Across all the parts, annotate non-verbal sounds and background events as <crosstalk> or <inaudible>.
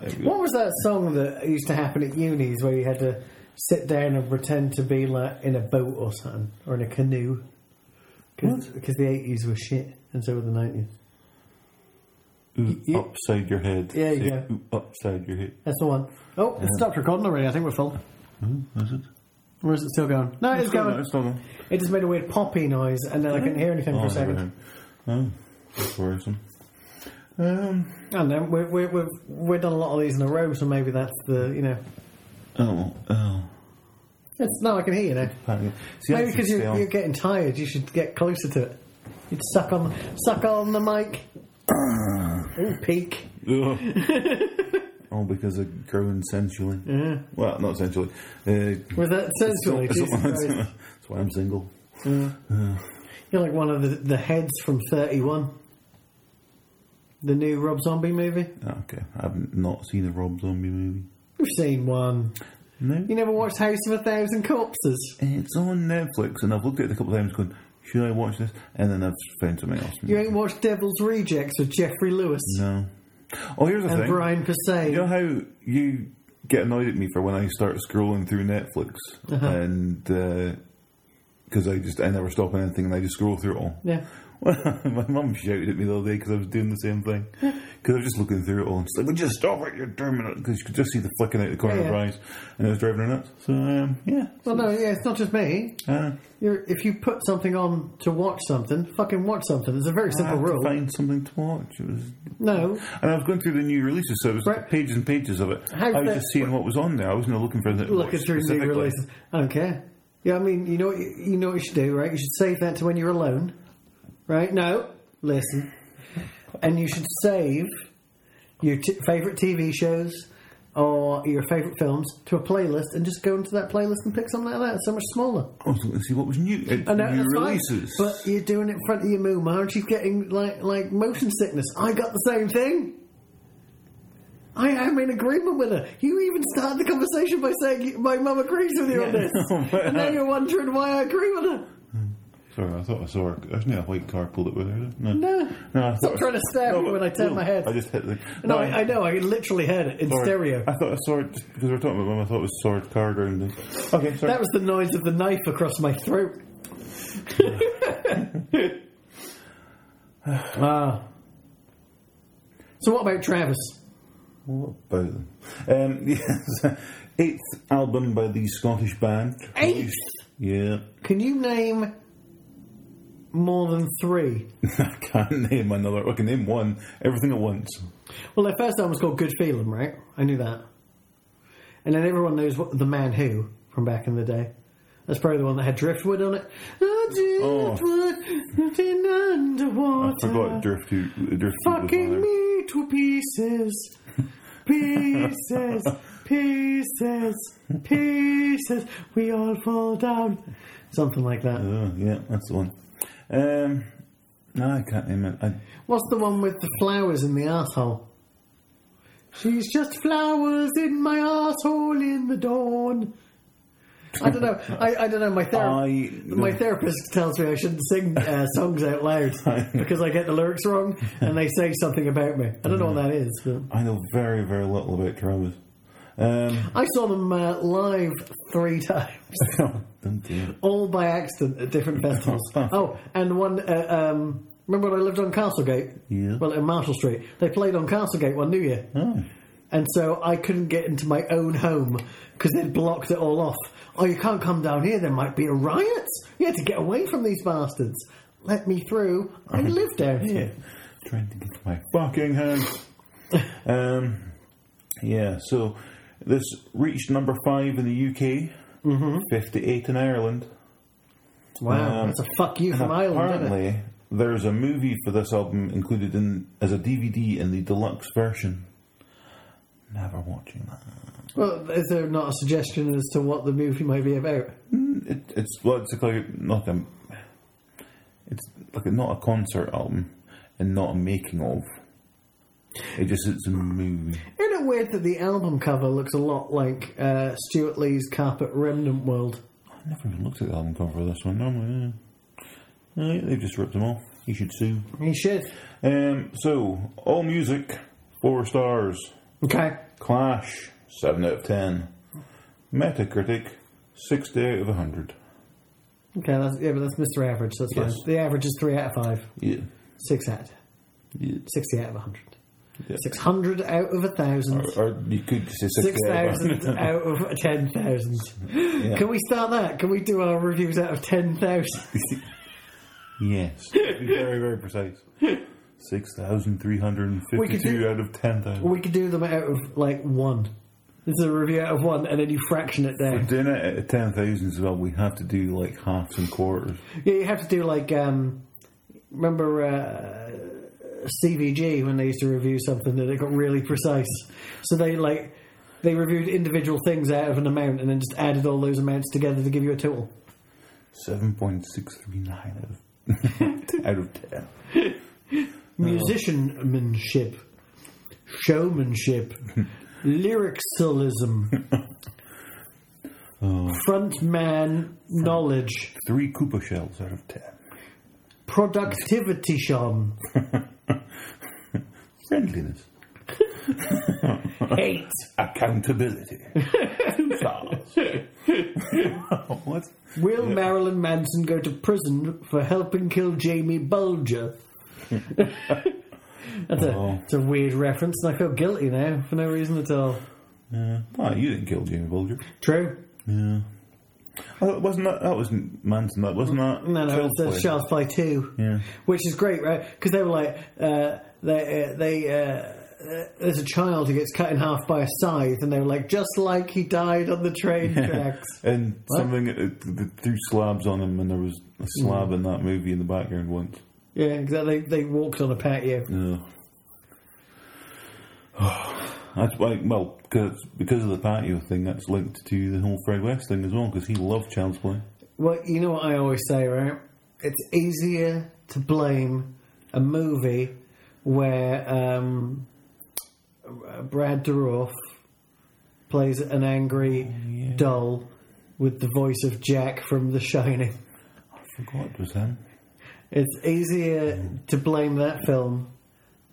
that song that used to happen at unis where you had to sit down and pretend to be like in a boat or something or in a canoe? Because the eighties were shit and so were the nineties. Ooh, you- upside your head. Yeah, Say, yeah. ooh, upside your head. That's the one. Oh, it stopped recording already. I think we're full. Or is Hmm, it still going? No, it's No, going. it's not on. It just made a weird poppy noise, and then I couldn't hear anything for Oh, a second. right. Oh, that's worrisome. Um, And then we've we, we, we've done a lot of these in a row, so maybe that's the you know. oh, oh. It's, no, I can hear you now. Apparently. See, I Maybe should because sell- you're, you're getting tired, you should get closer to it. You'd suck on, suck on the mic. Ooh, peak. Ugh. <laughs> oh, because of growing sensually. Yeah. Well, not sensually. Uh, Was that sensually? that's, Jesus Christ. that's why I'm single. You're like one of the, the heads from 31. The new Rob Zombie movie. Ah, okay, I've not seen a Rob Zombie movie. We've seen one. No, You never watched House of a Thousand Corpses? it's on Netflix, and I've looked at it a couple of times, going, "Should I watch this?" And then I've found something else. You ain't watched Devil's Rejects with Jeffrey Lewis No. Oh, here's the and thing. Brian Posehn. You know how you get annoyed at me for when I start scrolling through Netflix Uh-huh. and because I just I never stop anything and I just scroll through it all. yeah. Well, <laughs> my mum shouted at me the other day because I was doing the same <laughs> thing. Because I was just looking through it all and she's like, "Would you stop it? You're doing it!" Because you could just see the flicking out the corner Yeah, of her eyes, and it was driving her nuts. So um, yeah, Well, no, yeah, it's not just me. uh, You're, if you put something on to watch something, fucking watch something. It's a very I simple had to rule. find something to watch. It was, No, and I was going through the new releases, so it was Right. pages and pages of it. How I was fa- just seeing what was on there. I wasn't looking for anything. to watch looking through new specifically. releases. I don't care. Yeah, I mean, you know, what you, you know what you should do, right? You should save that to when you're alone, right? No, listen, and you should save your t- favorite TV shows or your favorite films to a playlist, and just go into that playlist and pick something like that. It's so much smaller. I was looking to see what was new. It's I know, new that's fine, releases. but you're doing it in front of your mum, aren't you? Getting like like motion sickness. I got the same thing. I am in agreement with her. You even started the conversation by saying my mum agrees with you on Yeah. this, <laughs> Oh, man. and now you're wondering why I agree with her. Sorry, I thought I saw. A, isn't it a white car pulled up with her? No, No. no. I Stop thought I- trying to stab me but- when I turn no, my head. I just hit the. No, I, I know. I literally heard it in sorry. stereo. I thought I saw it just because we were talking about them. I thought it was sword car grounding. Okay, sorry. That was the noise of the knife across my <laughs> throat. <laughs> ah. So what about Travis? What about them? Um, <laughs> yes, eighth album by the Scottish band. Eighth? Yeah, <laughs> Can you name more than three? I can't name another. I can name one. Everything at once. Well, their first album was called Good Feeling, right? I knew that. And then everyone knows what The Man Who from back in the day. That's probably the one that had Driftwood on it. Oh, Driftwood, drifting I underwater. forgot Drift. Who, Drift Who was on uh, Fucking there. me to <laughs> pieces. Pieces, pieces, pieces. We all fall down. Something like that. Oh, yeah, that's the one. Um, no, I can't name it. I, What's the one with the flowers in the asshole? She's just flowers in my asshole in the dawn. I don't know. I, I don't know. My I- therapist, my therapist tells me I shouldn't sing uh, songs out loud because I get the lyrics wrong and they say something about me. I don't know what that is. But I know very, very little about Travis. <laughs> Um, <laughs> I saw them uh, live three <laughs> times, don't do it. all by accident at different festivals. oh, and one. Uh, um, remember when I lived on Castlegate? Yeah. Well, in Marshall Street, they played on Castlegate one New Year. Oh. and so I couldn't get into my own home because they'd blocked it all off. Oh, you can't come down here. There might be a riot. You had to get away from these bastards. Let me through. I Uh-huh. live down Yeah. here. Trying to get my fucking hands. um, yeah, so this reached number five in the UK, Mm-hmm. 58 in Ireland. Wow, Um, that's a fuck you from Ireland. Isn't it? Apparently, there's a movie for this album included in as a DVD in the deluxe version. Never watching that. Well, is there not a suggestion as to what the movie might be about? It, it's well, it's like not a, it's like not a concert album, and not a making of. It just it's a movie. Isn't it weird that the album cover looks a lot like uh, Stuart Lee's Carpet Remnant World? I never even looked at the album cover for this one. Normally, yeah. Yeah, they've just ripped them off. You should sue. You should. Um, so all music four stars. Okay. Clash, 7 out of 10. Metacritic, 60 out of 100. Okay, that's, yeah, but that's Mr. Average, so that's Yes. fine. The average is 3 out of 5, Yeah. 6 out, yeah. 60 out of 100. Yeah. Oh, 600 out of 1,000, Or, or you could say 60 out of 100. <laughs> 6,000 out of 10,000. Can we start that? Can we do our reviews out of 10,000? Yes. Be very, very precise. 6,352 do- out of 10,000. We could do them out of like 1. This is a review out of 1, and then you fraction it down. Doing it at 10,000 as well, we have to do like halves and quarters. Yeah, you have to do like um, remember uh, CVG when they used to review something that it got really precise. So they like they reviewed individual things out of an amount and then just added all those amounts together to give you a total. 7.639 out of, <laughs> out of 10. Oh. Musicianship, <laughs> showmanship, lyricism, <laughs> Oh. frontman knowledge, Three Koopa shells out of 10. productivity, Sean, Friendliness. <laughs> hate. <laughs> Accountability. Two stars. <laughs> what? Will Marilyn Manson go to prison for helping kill Jamie Bulger? That's a, Oh. it's a weird reference, and I feel guilty now for no reason at all. Yeah. Oh, you didn't kill Jamie Bulger. True. Yeah. Oh, wasn't that that wasn't Manson? That wasn't that. No, no, it's Child's a Child's Play 2, Yeah. which is great, right? Because they were like, uh, they, uh, they, uh, uh, there's a child who gets cut in half by a scythe, and they were like, just like he died on the train tracks. <laughs> And What? something it, it, it threw slabs on him, and there was a slab in that movie in the background once. Yeah, exactly. They, they walked on a patio. Yeah. <sighs> That's why, well, cause, because of the patio thing, that's linked to the whole Fred West thing as well, because he loved Child's Play. Well, you know what I always say, right? It's easier to blame a movie where um, Brad Dourif plays an angry doll with the voice of Jack from The Shining. Forgot it was him. It's easier to blame that film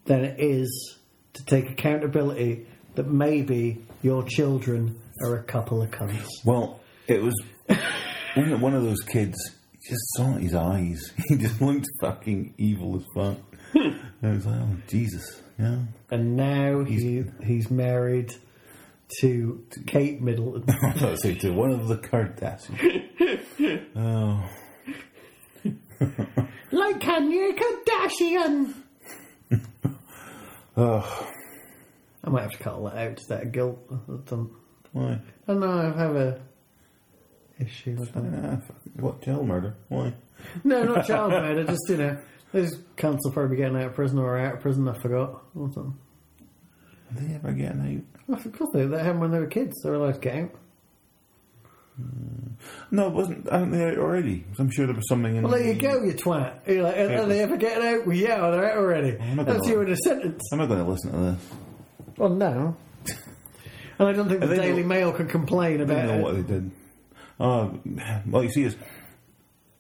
than it is to take accountability that maybe your children are a couple of cunts. Well, it was one, one of those kids. you Just saw his eyes. <laughs> He just looked fucking evil as fuck. I was like, oh Jesus, yeah. <laughs> and now he he's married to Kate Middleton. I thought I'd say to one of the Kardashians. oh, <laughs> like Kanye Kardashian. Ugh. <laughs> I might have to cut all that out. Is that guilt? I don't, why? I don't know. I have a issue with that. Ah, fuck. what child murder? Why? No, not child murder. Just you know, those cunts will probably be getting out of prison or out of prison. I forgot. Or something. Are they ever getting I forgot they that happened when they were kids. They were allowed to get out. out? No, it wasn't. Aren't they out already? 'Cause I'm sure there was something in. Well, there the- you go, you twat. You're like, are, are they ever getting out? Well, yeah, they're out already. not That's gonna you in a sentence. I'm not going to listen to this. Well, no. <laughs> And I don't think the they Daily not- Mail can complain I about don't know it. what they did. Oh, well, you see, is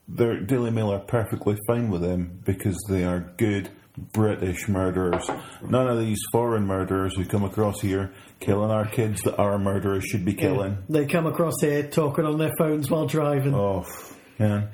their Daily Mail are perfectly fine with them because they are good British murderers. None of these foreign murderers who come across here killing our kids that our murderers should be killing. They come across here talking on their phones while driving, Oh, yeah.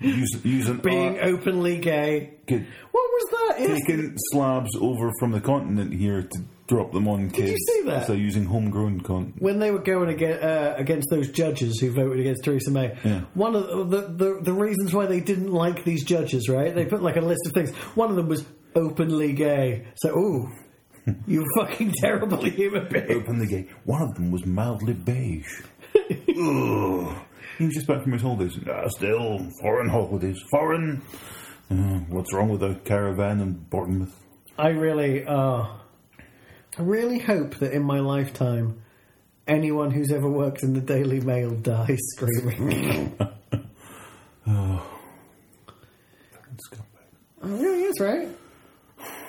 Use, using being our openly gay. kid- What was that? Yes. taking slabs over from the continent here to drop them on kids. see that? So using homegrown content. When they were going against, uh, against those judges who voted against Theresa May, Yeah. one of the, the the reasons why they didn't like these judges, right? They put like a list of things. One of them was openly gay. So, ooh, you <laughs> fucking terrible human being. opened the gate. One of them was mildly beige. Ugh. He was just back from his holidays. Ah, still, foreign holidays. Foreign. Uh, what's wrong with a caravan in Bournemouth? I really, uh, I really hope that in my lifetime, anyone who's ever worked in the Daily Mail dies screaming. <laughs> it really Oh, is, right?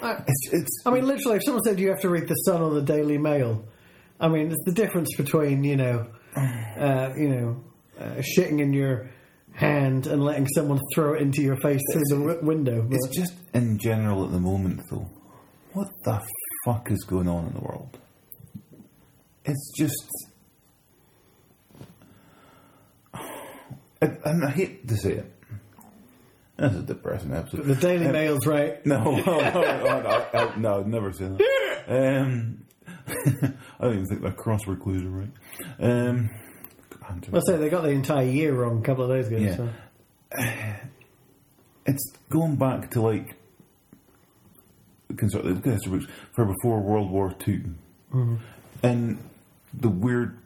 I, It's, it's, I mean, literally, if someone said you have to read the Sun or the Daily Mail, I mean, it's the difference between you know, uh, you know, uh, shitting in your hand and letting someone throw it into your face through the w- window. but- it's just in general at the moment, though. What the fuck is going on in the world? It's just. <sighs> And, and I hate to say it. That's a depressing episode. The Daily Mail's right. No, <laughs> no, no, no, no, no, I'd never say that. Um, <laughs> I don't even think that crossword clues are right. Um, I'm just- I'll say they got the entire year wrong a couple of days ago. Yeah. So. it's going back to like conservative history books for before World War 2 and the weird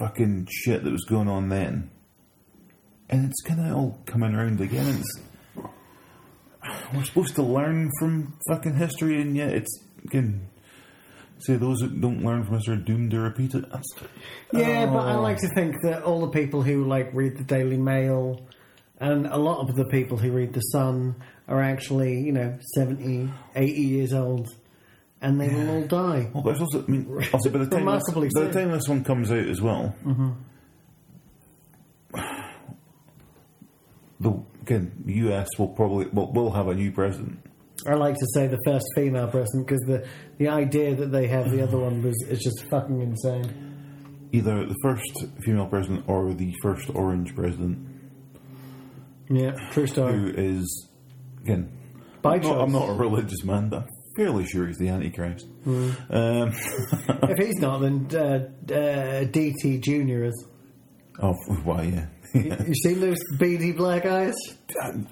fucking shit that was going on then, and it's kind of all coming around again. It's we're supposed to learn from fucking history, and yet it's can say those that don't learn from history are doomed to repeat it. That's, Yeah, but I Oh. like to think that all the people who like read the Daily Mail and a lot of the people who read the Sun are actually, you know, 70, 80 years old and they will all die. Well, there's also, I <laughs> mean, also by the time, this, Remarkably by the so. time this one comes out as well, <sighs> the again, US will probably will, will have a new president. I like to say the first female president because the, the idea that they have the other one was is just fucking insane. Either the first female president or the first orange president, Yeah, true story. who is, again, By I'm not, I'm choice. not a religious man, but I'm fairly sure he's the Antichrist. Hmm. Um, <laughs> If he's not, then uh, uh, DT Junior is. oh, why, yeah. <laughs> You, you seen those beady black eyes?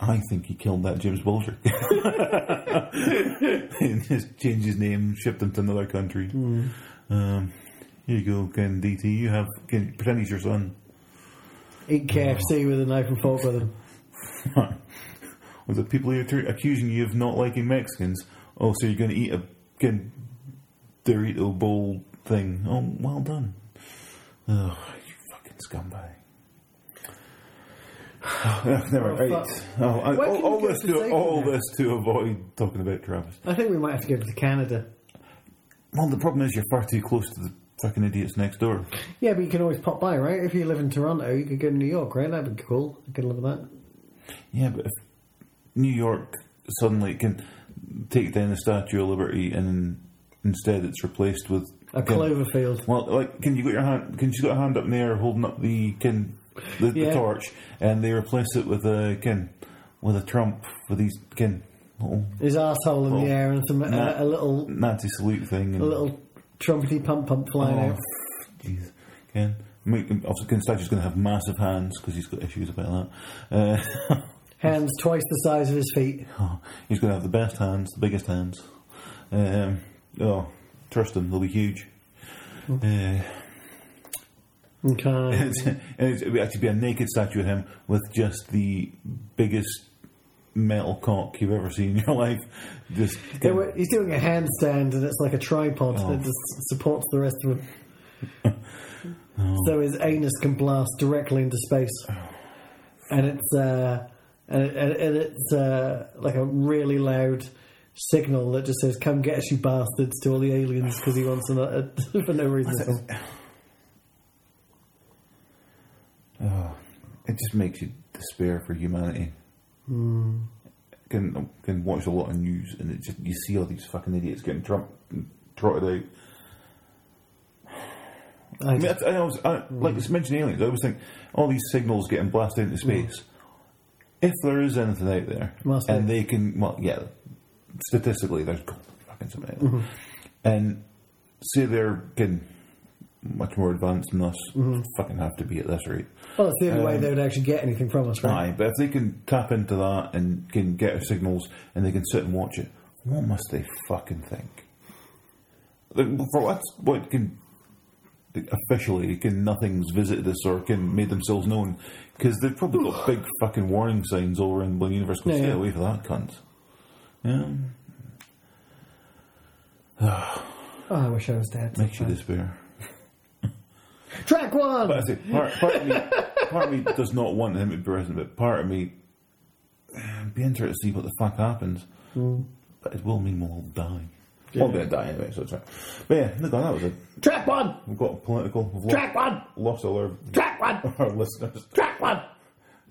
I think he killed that James Bulger. and <laughs> just changed his name, shipped him to another country. Um, here you go, Ken DT. You have Ken, pretend he's your son. Eat KFC with a knife and fork with him. <laughs> With the people who are accusing you of not liking Mexicans. Oh, so you're going to eat a Ken Dorito bowl thing? Oh, well done. Oh, you fucking scumbag. <sighs> Oh, never Oh, right. fuck. Oh, I- Where can all, you all go this to to save all that? this to avoid talking about Travis. I think we might have to go to Canada. Well, the problem is you're far too close to the fucking idiots next door. Yeah, but you can always pop by, right? If you live in Toronto, you could go to New York, right? That'd be cool. I could live with that. Yeah, but if New York suddenly can take down the Statue of Liberty and instead it's replaced with A can- Cloverfield. Well, like, can you get your hand? Can you got a hand up in the air holding up the can the, the Yeah. torch, and they replace it with a can with a Trump with these can little His asshole in Well, the air and some uh, nah. a, a little Nazi salute thing. And, a little trumpety pump pump flying Oh, out. jeez. Ken. I mean, Obviously, Ken Statue's going to have massive hands because he's got issues about that. Uh, Hands twice the size of his feet. Oh, he's going to have the best hands, the biggest hands. Um, oh, trust him, they'll be huge. <laughs> Uh, Okay. it's, and it's, it would actually be a naked statue of him with just the biggest metal cock you've ever seen in your <laughs> life. Just Yeah, well, he's doing a handstand, and it's like a tripod Oh. that just supports the rest of him. So his anus can blast directly into space, and it's uh, and, it- and, and it's uh, like a really loud signal that just says "Come get us, you bastards!" to all the aliens because he wants them uh, <laughs> for no reason. at all. it just makes you despair for humanity. Hmm. Can can watch a lot of news and it just you see all these fucking idiots getting trump, trotted out. I I Hmm. mean, just- I, I always, I, like it's mentioned aliens. I always think all these signals getting blasted into space. If there is anything out there, Must and be. they can, Hmm. well, yeah, statistically, there's fucking something out there. And say they're getting much more advanced than us, fucking have to be at this rate. well, it's the only way they would actually get anything from us, right? Aye, but if they can tap into that and can get our signals and they can sit and watch it, what must they fucking think? Like, For what, what can officially can nothing's visited us or can made themselves known? Because they've probably got big fucking warning signs all around the universe. Going, Yeah, Stay yeah. away from that cunt. Yeah, Oh, I wish I was dead. makes you despair. Track one. But I say, part, part, of me, part of me does not want him to be present, but part of me I'd be interested to see what the fuck happens. Hmm. But it will mean we'll all die. We're all going to die anyway, so it's right. But yeah, look, that was it. track one. We've got a political. We've lost, Track one. lost all our, Track one. our listeners. Track one.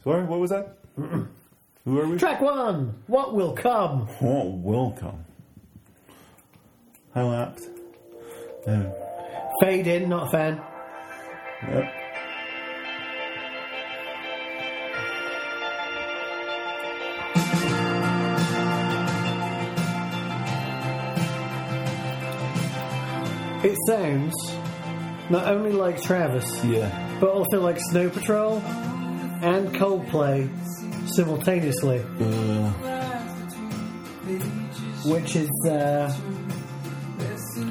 Sorry, what was that? Who are we? Track one. What will come? Oh, welcome. How apt. Um, Fade in, not a fan. Yep. It sounds not only like Travis, Yeah. but also like Snow Patrol and Coldplay simultaneously, Uh, which is uh,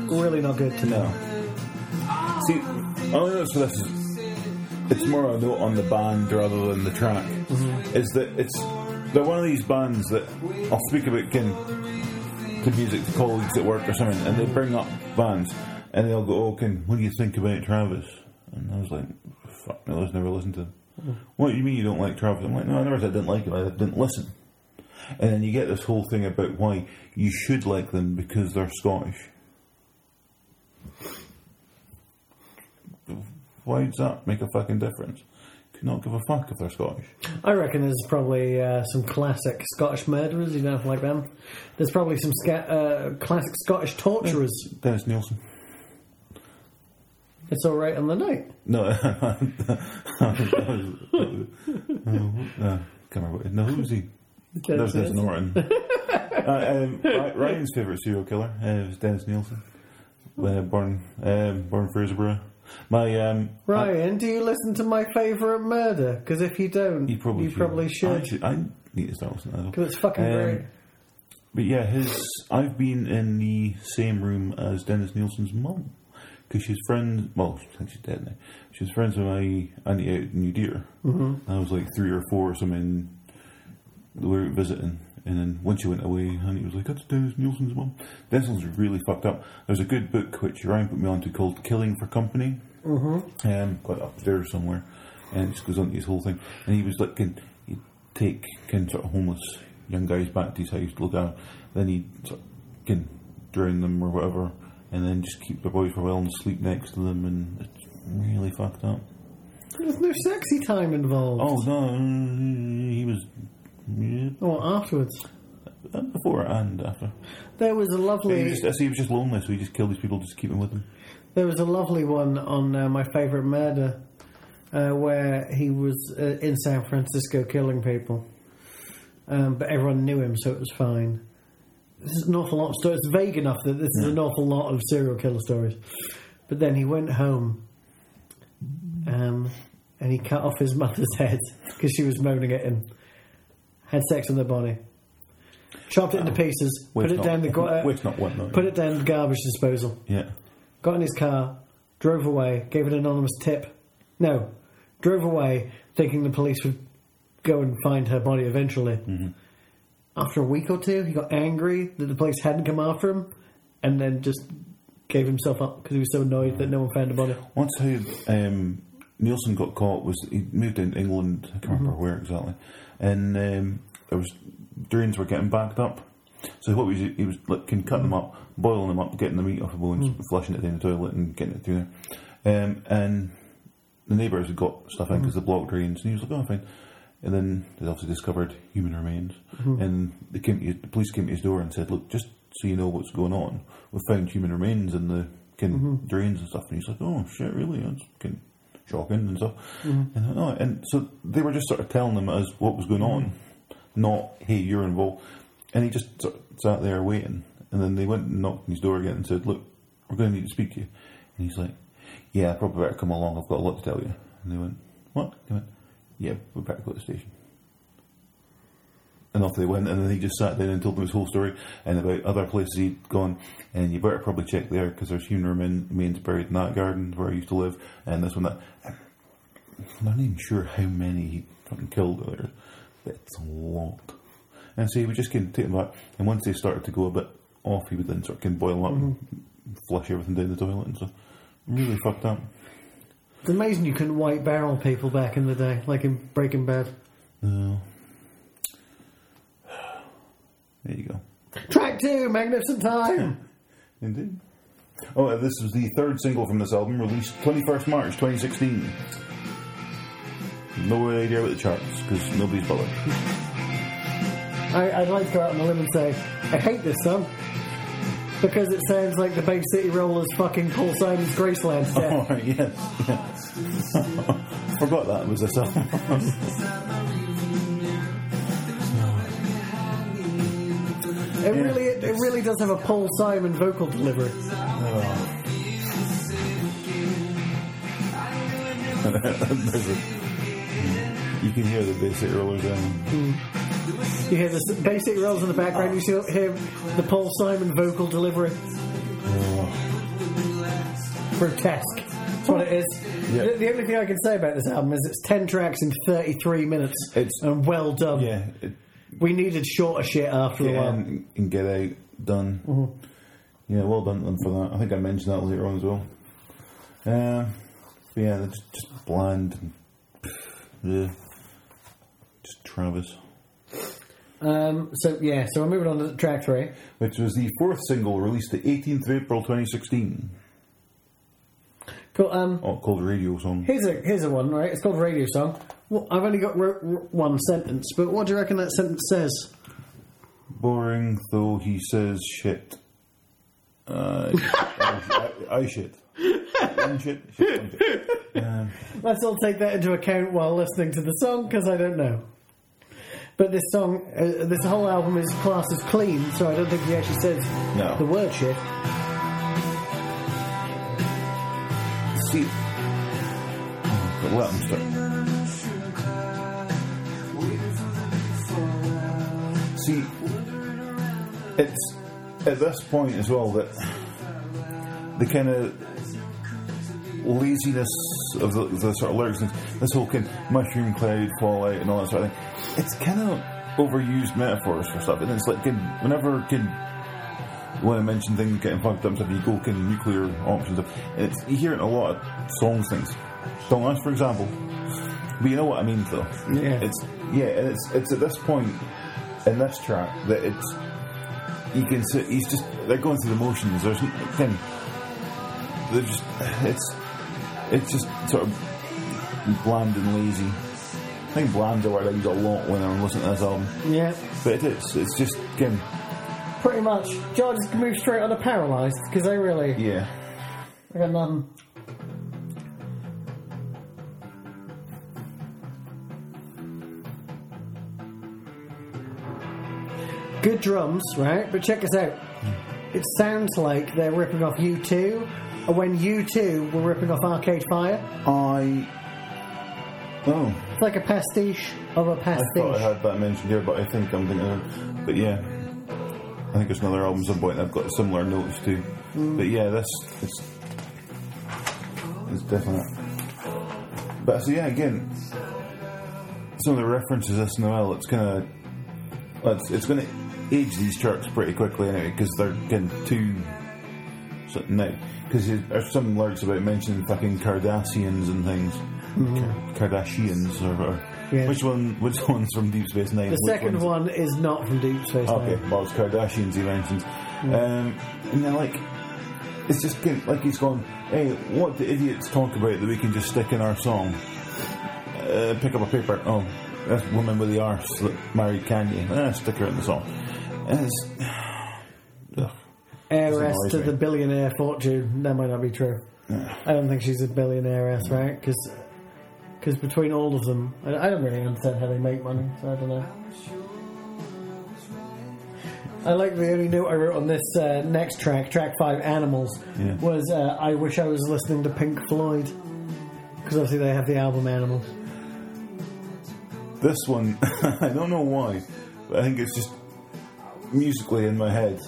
really not good to know. No. See, I only notice for this is it's more a note on the band rather than the track. Is that it's they're one of these bands that I'll speak about again to music to colleagues at work or something, and they bring up bands and they'll go, "Oh, can what do you think about Travis?" And I was like, "Fuck, no, I've never listened to him." What do you mean you don't like Travis? I'm like, "No, I never said I didn't like him. I didn't listen." And then you get this whole thing about why you should like them because they're Scottish. Why does that make a fucking difference? Could not give a fuck if they're Scottish. I reckon there's probably uh, some classic Scottish murderers, you know, if like them. There's probably some sca- uh, classic Scottish torturers. Dennis Nielsen. It's all right on the night. No. <laughs> no. uh, Come on, no, who's he? That was Dennis Norton. uh, um, Ry- Ryan's favourite serial killer uh, is Dennis Nielsen. Uh, born, um, born Fraserburgh. My um, Ryan, do you listen to my favourite murder? Because if you don't, You probably should. should. I, should- I need to start listening to that. Because it's fucking Um, great. But yeah, his I've been in the same room as Dennis Nielsen's mum because she's friends. Well, I think she's dead now. She's friends with my auntie out in New Deer. Mm-hmm. I was like three or four or something. We were visiting, and then when she went away, auntie was like, "That's Dennis Nielsen's mum." Dennis Nielsen's really fucked up. There's a good book which Ryan put me onto called "Killing for Company." um, got it upstairs somewhere, and it just goes on to his whole thing. And he was like, can he'd take can sort of homeless young guys back to his house to look at 'em. Then he sort of, can drown them or whatever, and then just keep the boys for a while and sleep next to them, and it's really fucked up. There's no sexy time involved. Oh no, he was yeah, Or Oh, afterwards. before and after. There was a He lovely, was just, he was just lonely, so he just killed these people, just keep them with him. there was a lovely one on uh, my favourite murder, uh, where he was uh, in San Francisco killing people, um, but everyone knew him, so it was fine. This is an awful lot. So it's vague enough that this is an awful lot of serial killer stories. But then he went home, um, and he cut off his <laughs> mother's head because she was moaning at him. Had sex with her body, chopped it into pieces, put it Waste Uh, not- down the gu- uh, waste not one, no. put it down the garbage disposal Yeah, got in his car, drove away, gave an anonymous tip. No, drove away thinking the police would go and find her body eventually. After a week or two, he got angry that the police hadn't come after him and then just gave himself up because he was so annoyed that no one found the body. Once how um, Nielsen got caught was he moved into England. I can't remember where exactly, and um, there was drains were getting backed up. So what was he, he was like, can cut them up, boiling them up, getting the meat off the bones, flushing it down the toilet, and getting it through there. Um, and the neighbours had got stuff in because the block drains, and he was like, "Oh, fine." And then they obviously discovered human remains, and they came to his, the police came to his door and said, "Look, just so you know what's going on, we found human remains in the kin drains and stuff." And he's like, "Oh shit, really? That's kin shocking and stuff." And, oh, and so they were just sort of telling them as what was going on, not "Hey, you're involved." And he just sort of sat there waiting, and then they went and knocked on his door again and said, "Look, we're going to need to speak to you." And he's like, yeah, I probably better come along. I've got a lot to tell you. And they went, what? They went, yeah, we better go to the station. And off they went, and then he just sat down and told them his whole story and about other places he'd gone. And you better probably check there because there's human remain- remains buried in that garden where I used to live, and this one that. I'm not even sure how many he fucking killed there, but it's a lot. And so he would just kind of take them back, and once they started to go a bit off, he would then sort of kind of boil them up and flush everything down the toilet and stuff. Really fucked up. It's amazing you couldn't white barrel people back in the day, like in Breaking Bad. No. There you go. Track two, Magnificent Time! Hmm. Indeed. Oh, uh, this was the third single from this album, released 21st March 2016. No idea about the charts, because nobody's bothered. I, I'd like to go out on a limb and say, I hate this song. because it sounds like the Bay City Rollers fucking Paul Simon's Graceland set. Oh, right, <laughs> yes. yes. <laughs> Forgot that was a song. <laughs> it really, it, it really does have a Paul Simon vocal delivery. There's a- you can hear the basic rollers in. You hear the s- Bay City Rollers in the background. You still hear the Paul Simon vocal delivery. Grotesque. That's what it is. Yeah. The, the only thing I can say about this album is it's ten tracks in thirty-three minutes, It's- and well done. Yeah, it, We needed shorter shit after get a while. in and get out done. Yeah, well done to them for that. I think I mentioned that later on as well. Um, but yeah, they're just, just bland. And, yeah, just Travis. Um, so yeah, so we're moving on to track three. Which was the fourth single released the 18th of April 2016. Cool. Um, Oh, called Radio Song. here's a here's a one, right? It's called Radio Song. Well, I've only got ro- ro- one sentence, but what do you reckon that sentence says? Boring though he says shit. Uh, <laughs> I, I, I shit. I'm shit. shit, I'm shit. Let's all take that into account while listening to the song because I don't know. But this song, uh, this whole album is classed as clean, so I don't think he actually says No. the word shit. See. But let him start. See, it's at this point as well that the kind of laziness of the, the sort of lyrics, and this whole kind of mushroom cloud fallout and all that sort of thing, it's kind of overused metaphors for stuff. And it's like, can, whenever can when I mentioned things getting fucked up, stuff you go kind of nuclear options. It's, you hear it in a lot of songs, things. Don't ask, for example. But you know what I mean, though. Yeah. It's yeah, and it's it's at this point in this track that it's you can see he's just they're going through the motions. There's again, they're just it's it's just sort of bland and lazy. I think bland's a word I use a lot when I'm listening to this album, Yeah, um, but it is. It's just again, pretty much. George just moved straight on to Paralysed because I really, yeah. I got nothing. Good drums, right? But check us out. It sounds like they're ripping off U2 when U2 were ripping off Arcade Fire. I. Oh, It's like a pastiche of a I thought I pastiche. had that mentioned here, but I think I'm thinking of. But yeah, I think it's another album at some point. I've got similar notes too. But yeah, this it's it's definite. But so yeah, again, some of the references this and well, it's gonna well, it's, it's gonna age these tracks pretty quickly anyway because they're getting too. So, now, because there's some lyrics about mentioning fucking Kardashians and things, Kar- Kardashians or whatever. Mm-hmm. Yeah. Which one? Which <laughs> one's from Deep Space Nine? The Which second one's- one is not from Deep Space Nine. Okay, well, it's Kardashians he mentions. Um, and then, like, it's just kind of- like he's gone, hey, what do idiots talk about that we can just stick in our song? Uh, pick up a paper. Oh, that's the woman with the arse that married Kanye. Eh, stick her in the song. And it's. <sighs> Ugh. Heiress Doesn't to worry the me. billionaire fortune. That might not be true. I don't think she's a billionaireess, right? Because between all of them, I, I don't really understand how they make money, so I don't know. I like the only note I wrote on this uh, next track, track five, Animals, Yeah. was uh, I wish I was listening to Pink Floyd. Because obviously they have the album Animals. This one, <laughs> I don't know why, but I think it's just musically in my head.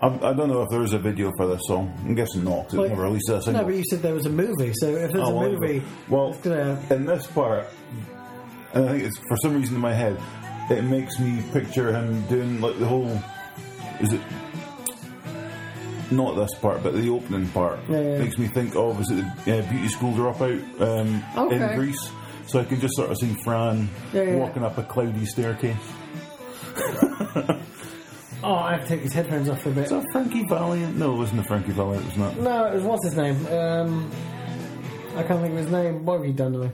I'm, I i do not know if there is a video for this song. I'm guessing not. 'cause It Like- never released as a No, single. but you said there was a movie, so if there's a Oh, whatever. movie, Well, it's gonna- in this part, and I think it's for some reason in my head, it makes me picture him doing like the whole. Is it not this part, but the opening part? Yeah, yeah. Makes me think of is it the uh, beauty school dropout um, Okay. in Greece? So I can just sort of see Fran Yeah, yeah. walking up a cloudy staircase. Oh, I have to take his headphones off for a bit. Is that Frankie Valiant? No, it wasn't the Frankie Valiant. It was not. No, it was what's his name? Um, I can't think of his name. What have you done to me?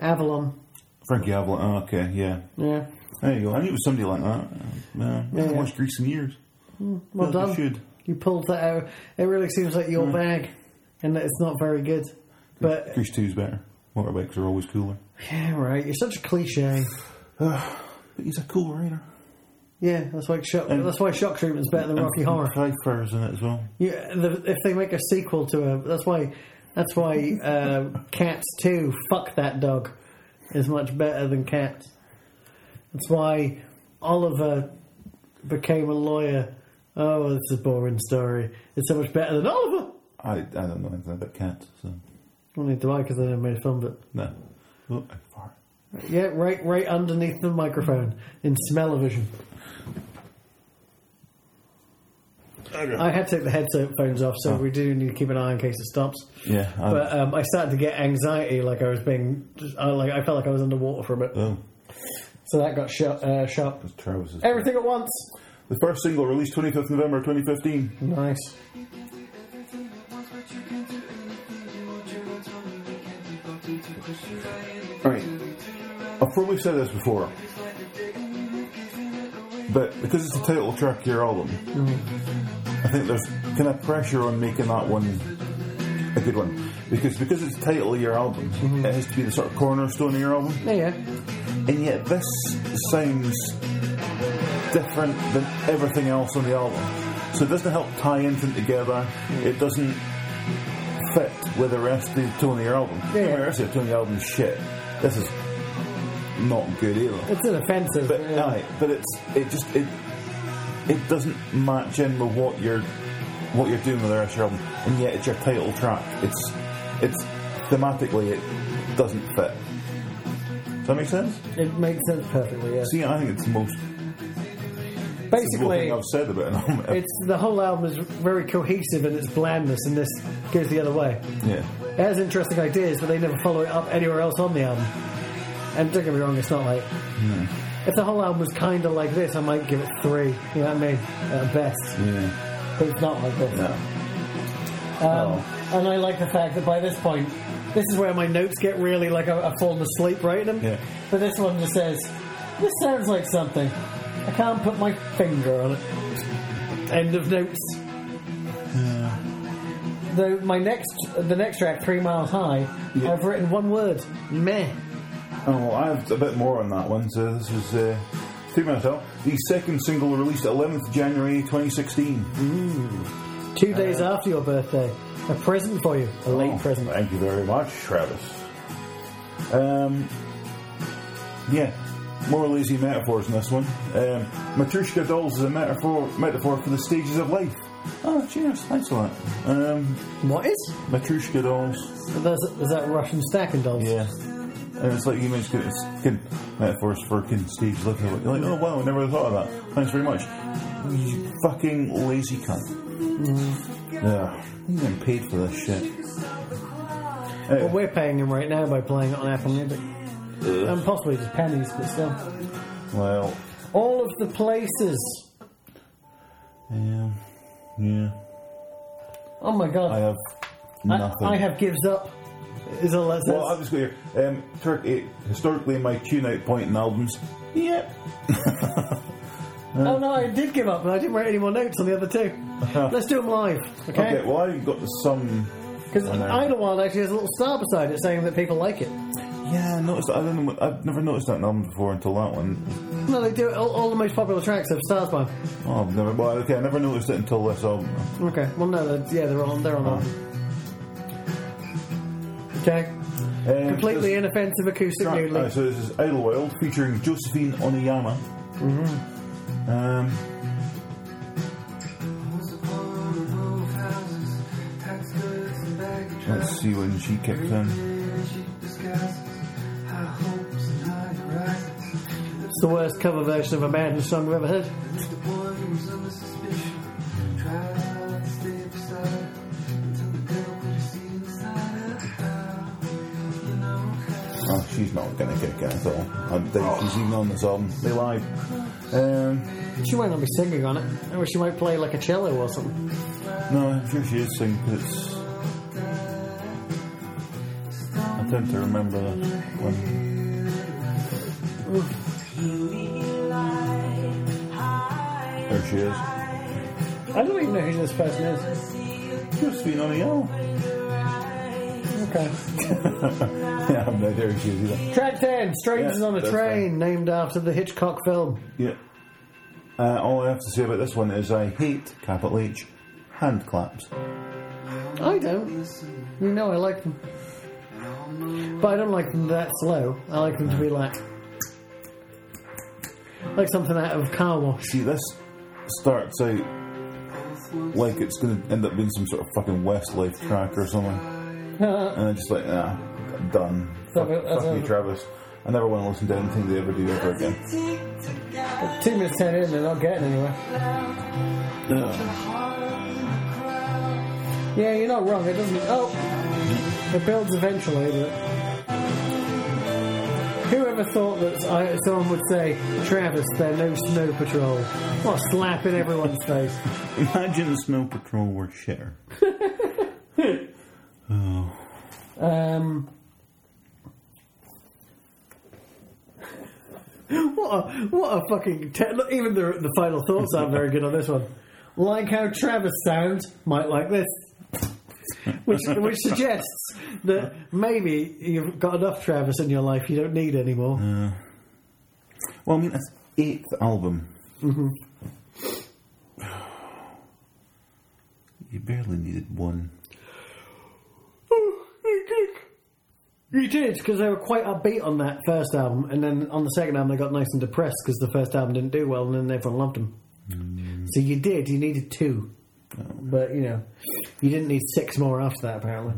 Avalon. Frankie Avalon. Oh, okay, yeah. Yeah. There you go. I knew it was somebody like that. Uh, I haven't yeah. watched Greece in years. Well Feel they done. should. You pulled that out. It really seems like your bag, and that it's not very good. But Grease 2's better. Motorbikes are always cooler. yeah, right. You're such a cliche. <sighs> But he's a cool rider. Yeah, that's why shock. That's why shock treatment's better than Rocky Horror. Pfeiffer's in it as well. Yeah, the, if they make a sequel to a, that's why. That's why uh, Cats Two. Fuck that dog is much better than Cats. That's why Oliver became a lawyer. Oh, this is a boring story. It's so much better than Oliver. I, I don't know anything about cats, so I need to lie because I never made a film, but no. Oh, I farted. Yeah, right, right underneath the microphone in smell-o-vision. I had to take the headphones off, so we do need to keep an eye in case it stops. Yeah, I, But um, I started to get anxiety, like I was being, I, like I felt like I was underwater for a bit. oh, So that got shut, uh, shut. it's Travis's. Everything at once. The first single released 25th November 2015. Nice. You can do everything at once, but you can do anything you want. You're not told me we can't be bothered to push you right Right. I've probably said this before, but because it's the title track of your album, I think there's kind of pressure on making that one a good one. Because because it's the title of your album, it has to be the sort of cornerstone of your album. Yeah, yeah. and yet this sounds different than everything else on the album. So it doesn't help tie anything together. It doesn't fit with the rest of the tone of your album. Yeah. The rest of the tone of the album is shit. This is not good either. It's inoffensive. But yeah. aye, but it's it just it it doesn't match in with what you're what you're doing with the rest of your album, and yet it's your title track. It's it's thematically it doesn't fit. Does that make sense? It makes sense perfectly, yeah. See, I think it's the most simple Basically, thing I've said about an album. it's the whole album is very cohesive in its blandness, and this goes the other way. yeah. It has interesting ideas, but they never follow it up anywhere else on the album. And don't get me wrong, it's not like. If the whole album was kind of like this, I might give it three. You know what I mean? At best. Yeah. But it's not like this. No. Oh. Um, and I like the fact that by this point, this is where my notes get really like I- I've fallen asleep writing them. Yeah. But this one just says, "This sounds like something. I can't put my finger on it." End of notes. The, my next, the next track, Three Mile High, Yeah. I've written one word: meh. Oh, well, I have a bit more on that one. So this was uh, Three Minute Hell, the second single released 11th January 2016. Two days after your birthday, a present for you, a late Uh, Oh, present. Thank you very much, Travis. Um, yeah, more lazy metaphors in this one. Um, Matryoshka dolls is a metaphor metaphor for the stages of life. Oh, cheers! Thanks for that. Um, What is? Matryoshka dolls. There's, there's that Russian stacking dolls. Yeah. And it's like you mentioned, it's good metaphors for kid Steve's looking at it. You're like, oh wow, I never thought of that. Thanks very much. You fucking lazy cunt. Mm-hmm. Yeah. I'm getting paid for this shit. Well, we're paying him right now by playing it on Apple Music. And possibly just pennies, but still. Well, All of the places. yeah. um, Yeah. Oh my I god. have nothing. I, I have gives up. Is all that says. Well, I'll just go here. Um, Turk 8, historically my tune out point in albums. <laughs> Yep. oh no, I did give up, but I didn't write any more notes on the other <laughs> two. Let's do them live, Okay, okay? well, I've got some. Because I know. Idlewild actually has a little star beside it saying that people like it. Yeah, I noticed that. I don't know, I've never noticed that in album before until that one. No, they do. All, all the most popular tracks have stars by. Oh, I've never. Well, okay, I never noticed it until this um, album. Okay. Well, no, they're- yeah, they're on. They're on. Okay. Um, Completely this inoffensive acoustic track- noodling. uh, so this is Idlewild featuring Josephine Oniyama. Um, let's see when she kicks in. It's the worst cover version of a Mountain song we've ever heard. Oh, she's not going to kick in at all. I don't think she's even on this album. They lied. Um, She might not be singing on it, or she might play like a cello or something. no, I'm sure she is singing 'cause it's. I tend to remember the one. There she is. I don't even know who this person is. Just been on a yell. Okay. <laughs> yeah, I'm not there to either. Track 10, Strangers Yeah, on a that's Train, named after the Hitchcock film. Yeah. Uh, all I have to say about this one is I hate capital H hand claps. I don't. You know I like them. But I don't like them that slow. I like them to be like. Like something out of car wash. See, this starts out like it's going to end up being some sort of fucking Westlife track or something. And I'm just like, ah, done. So, Fuck, uh, fuck you, uh, Travis. I never want to listen to anything they ever do ever again. Two minutes ten in, they're not getting anywhere. Yeah, you're not wrong. It doesn't. Oh, it builds eventually, but whoever thought that I, someone would say, "Travis, they're no Snow Patrol," what a slap in everyone's face. <laughs> Imagine Snow Patrol were share. Um, what a what a fucking te- look, even the the final thoughts aren't very good on this one. Like how Travis sounds, might like this, which which suggests that maybe you've got enough Travis in your life you don't need anymore. Well, I mean, that's eighth album. Mm-hmm. you barely needed one. You did because they were quite upbeat on that first album, and then on the second album they got nice and depressed because the first album didn't do well, and then everyone loved them. So you did. You needed two, but you know, you didn't need six more after that. Apparently.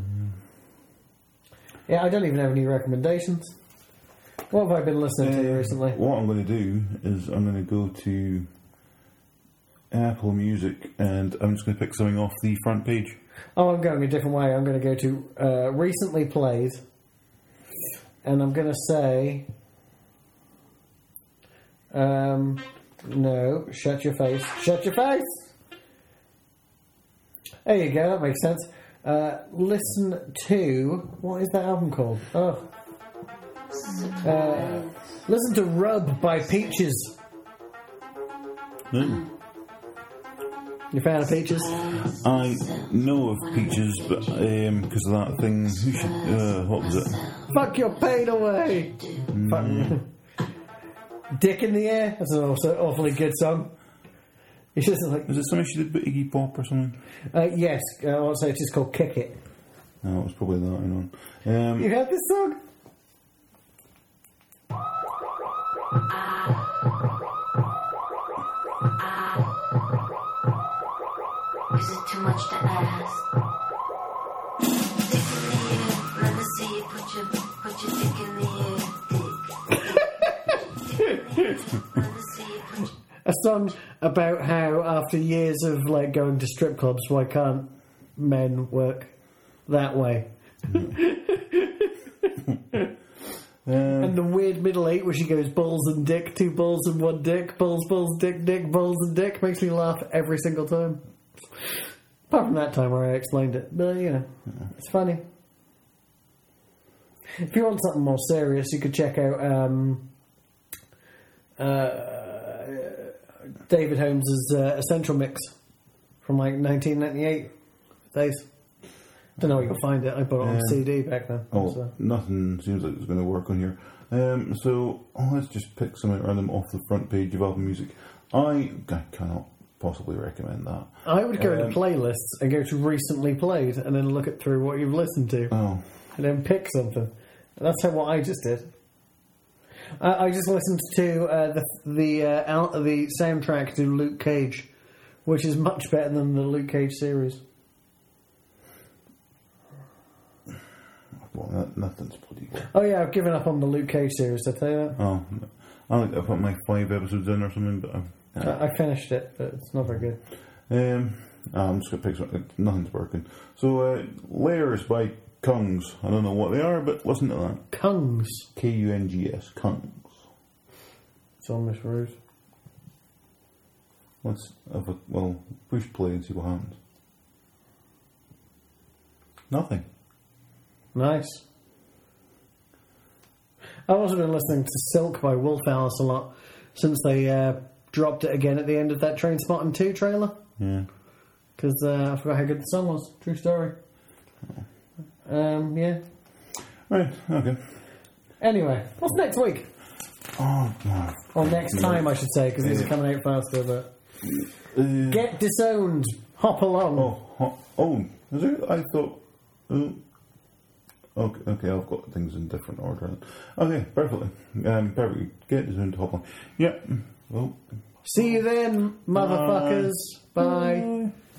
Yeah, I don't even have any recommendations. What have I been listening to recently? What I'm going to do is I'm going to go to Apple Music and I'm just going to pick something off the front page. Oh, I'm going a different way. I'm going to go to uh, recently played, and I'm going to say, um, no, shut your face, shut your face. There you go. That makes sense. Uh, listen to what is that album called? Oh, uh, listen to Rub by Peaches. Mm. You fan of Peaches? I know of Peaches, but because of that thing, who should, uh, what was it? Fuck your pain away. Fuck. Dick in the air. That's an also awfully good song. It's just like Was it something she did with Iggy Pop or something? uh, yes. I want to say it's just called "Kick It." No, it was probably that. Hang on. Um, You heard this song? Is it too much to ask? Dick in the air, let me see you put your put your dick in the air. Dick. Let me see you put your A song about how after years of like going to strip clubs, why can't men work that way? um, and the weird middle eight where she goes balls and dick, two balls and one dick, balls, balls, dick, dick, balls and dick makes me laugh every single time. Apart from that time where I explained it, but you know, it's funny. If you want something more serious, you could check out um, uh, David Holmes's uh, Essential Mix from like 1998. Days. Don't know where you'll find it. I bought it on Yeah. CD back then. oh, so. nothing seems like it's going to work on here. Um, so oh, let's just pick something random off the front page of Apple Music. I, I cannot possibly recommend that. I would go Um, into playlists and go to recently played and then look at through what you've listened to Oh, and then pick something. And that's how what I just did. I, I just listened to uh, the the uh, al- the soundtrack to Luke Cage, which is much better than the Luke Cage series. well, that, nothing's bloody work. Oh yeah, I've given up on the Luke Cage series. Did I tell you that? Oh, I like I put my five episodes in or something, but I'm, I, I finished it, but it's not very good. um, I'm just going to pick something. Nothing's working. So uh, layers by Kungs. I don't know what they are, but listen to that. Kungs, K U N G S Kungs. it's almost rude. Let's have a well push play and see what happens. Nothing. Nice. I've also been listening to Silk by Wolf Alice a lot since they uh, dropped it again at the end of that Train Spotting 2 trailer. Yeah. because uh, I forgot how good the song was. True story. Um, yeah. Right, okay. Anyway, what's next week? Oh, no. Or next time, I should say, because these are coming out faster. But Uh, get disowned. Hop along. Oh, ho- oh, is it? I thought. Oh, okay, okay, I've got things in different order. Okay, perfectly. Um, perfectly. Get this into hop on. Yep. Well, See you then, motherfuckers. Bye. bye.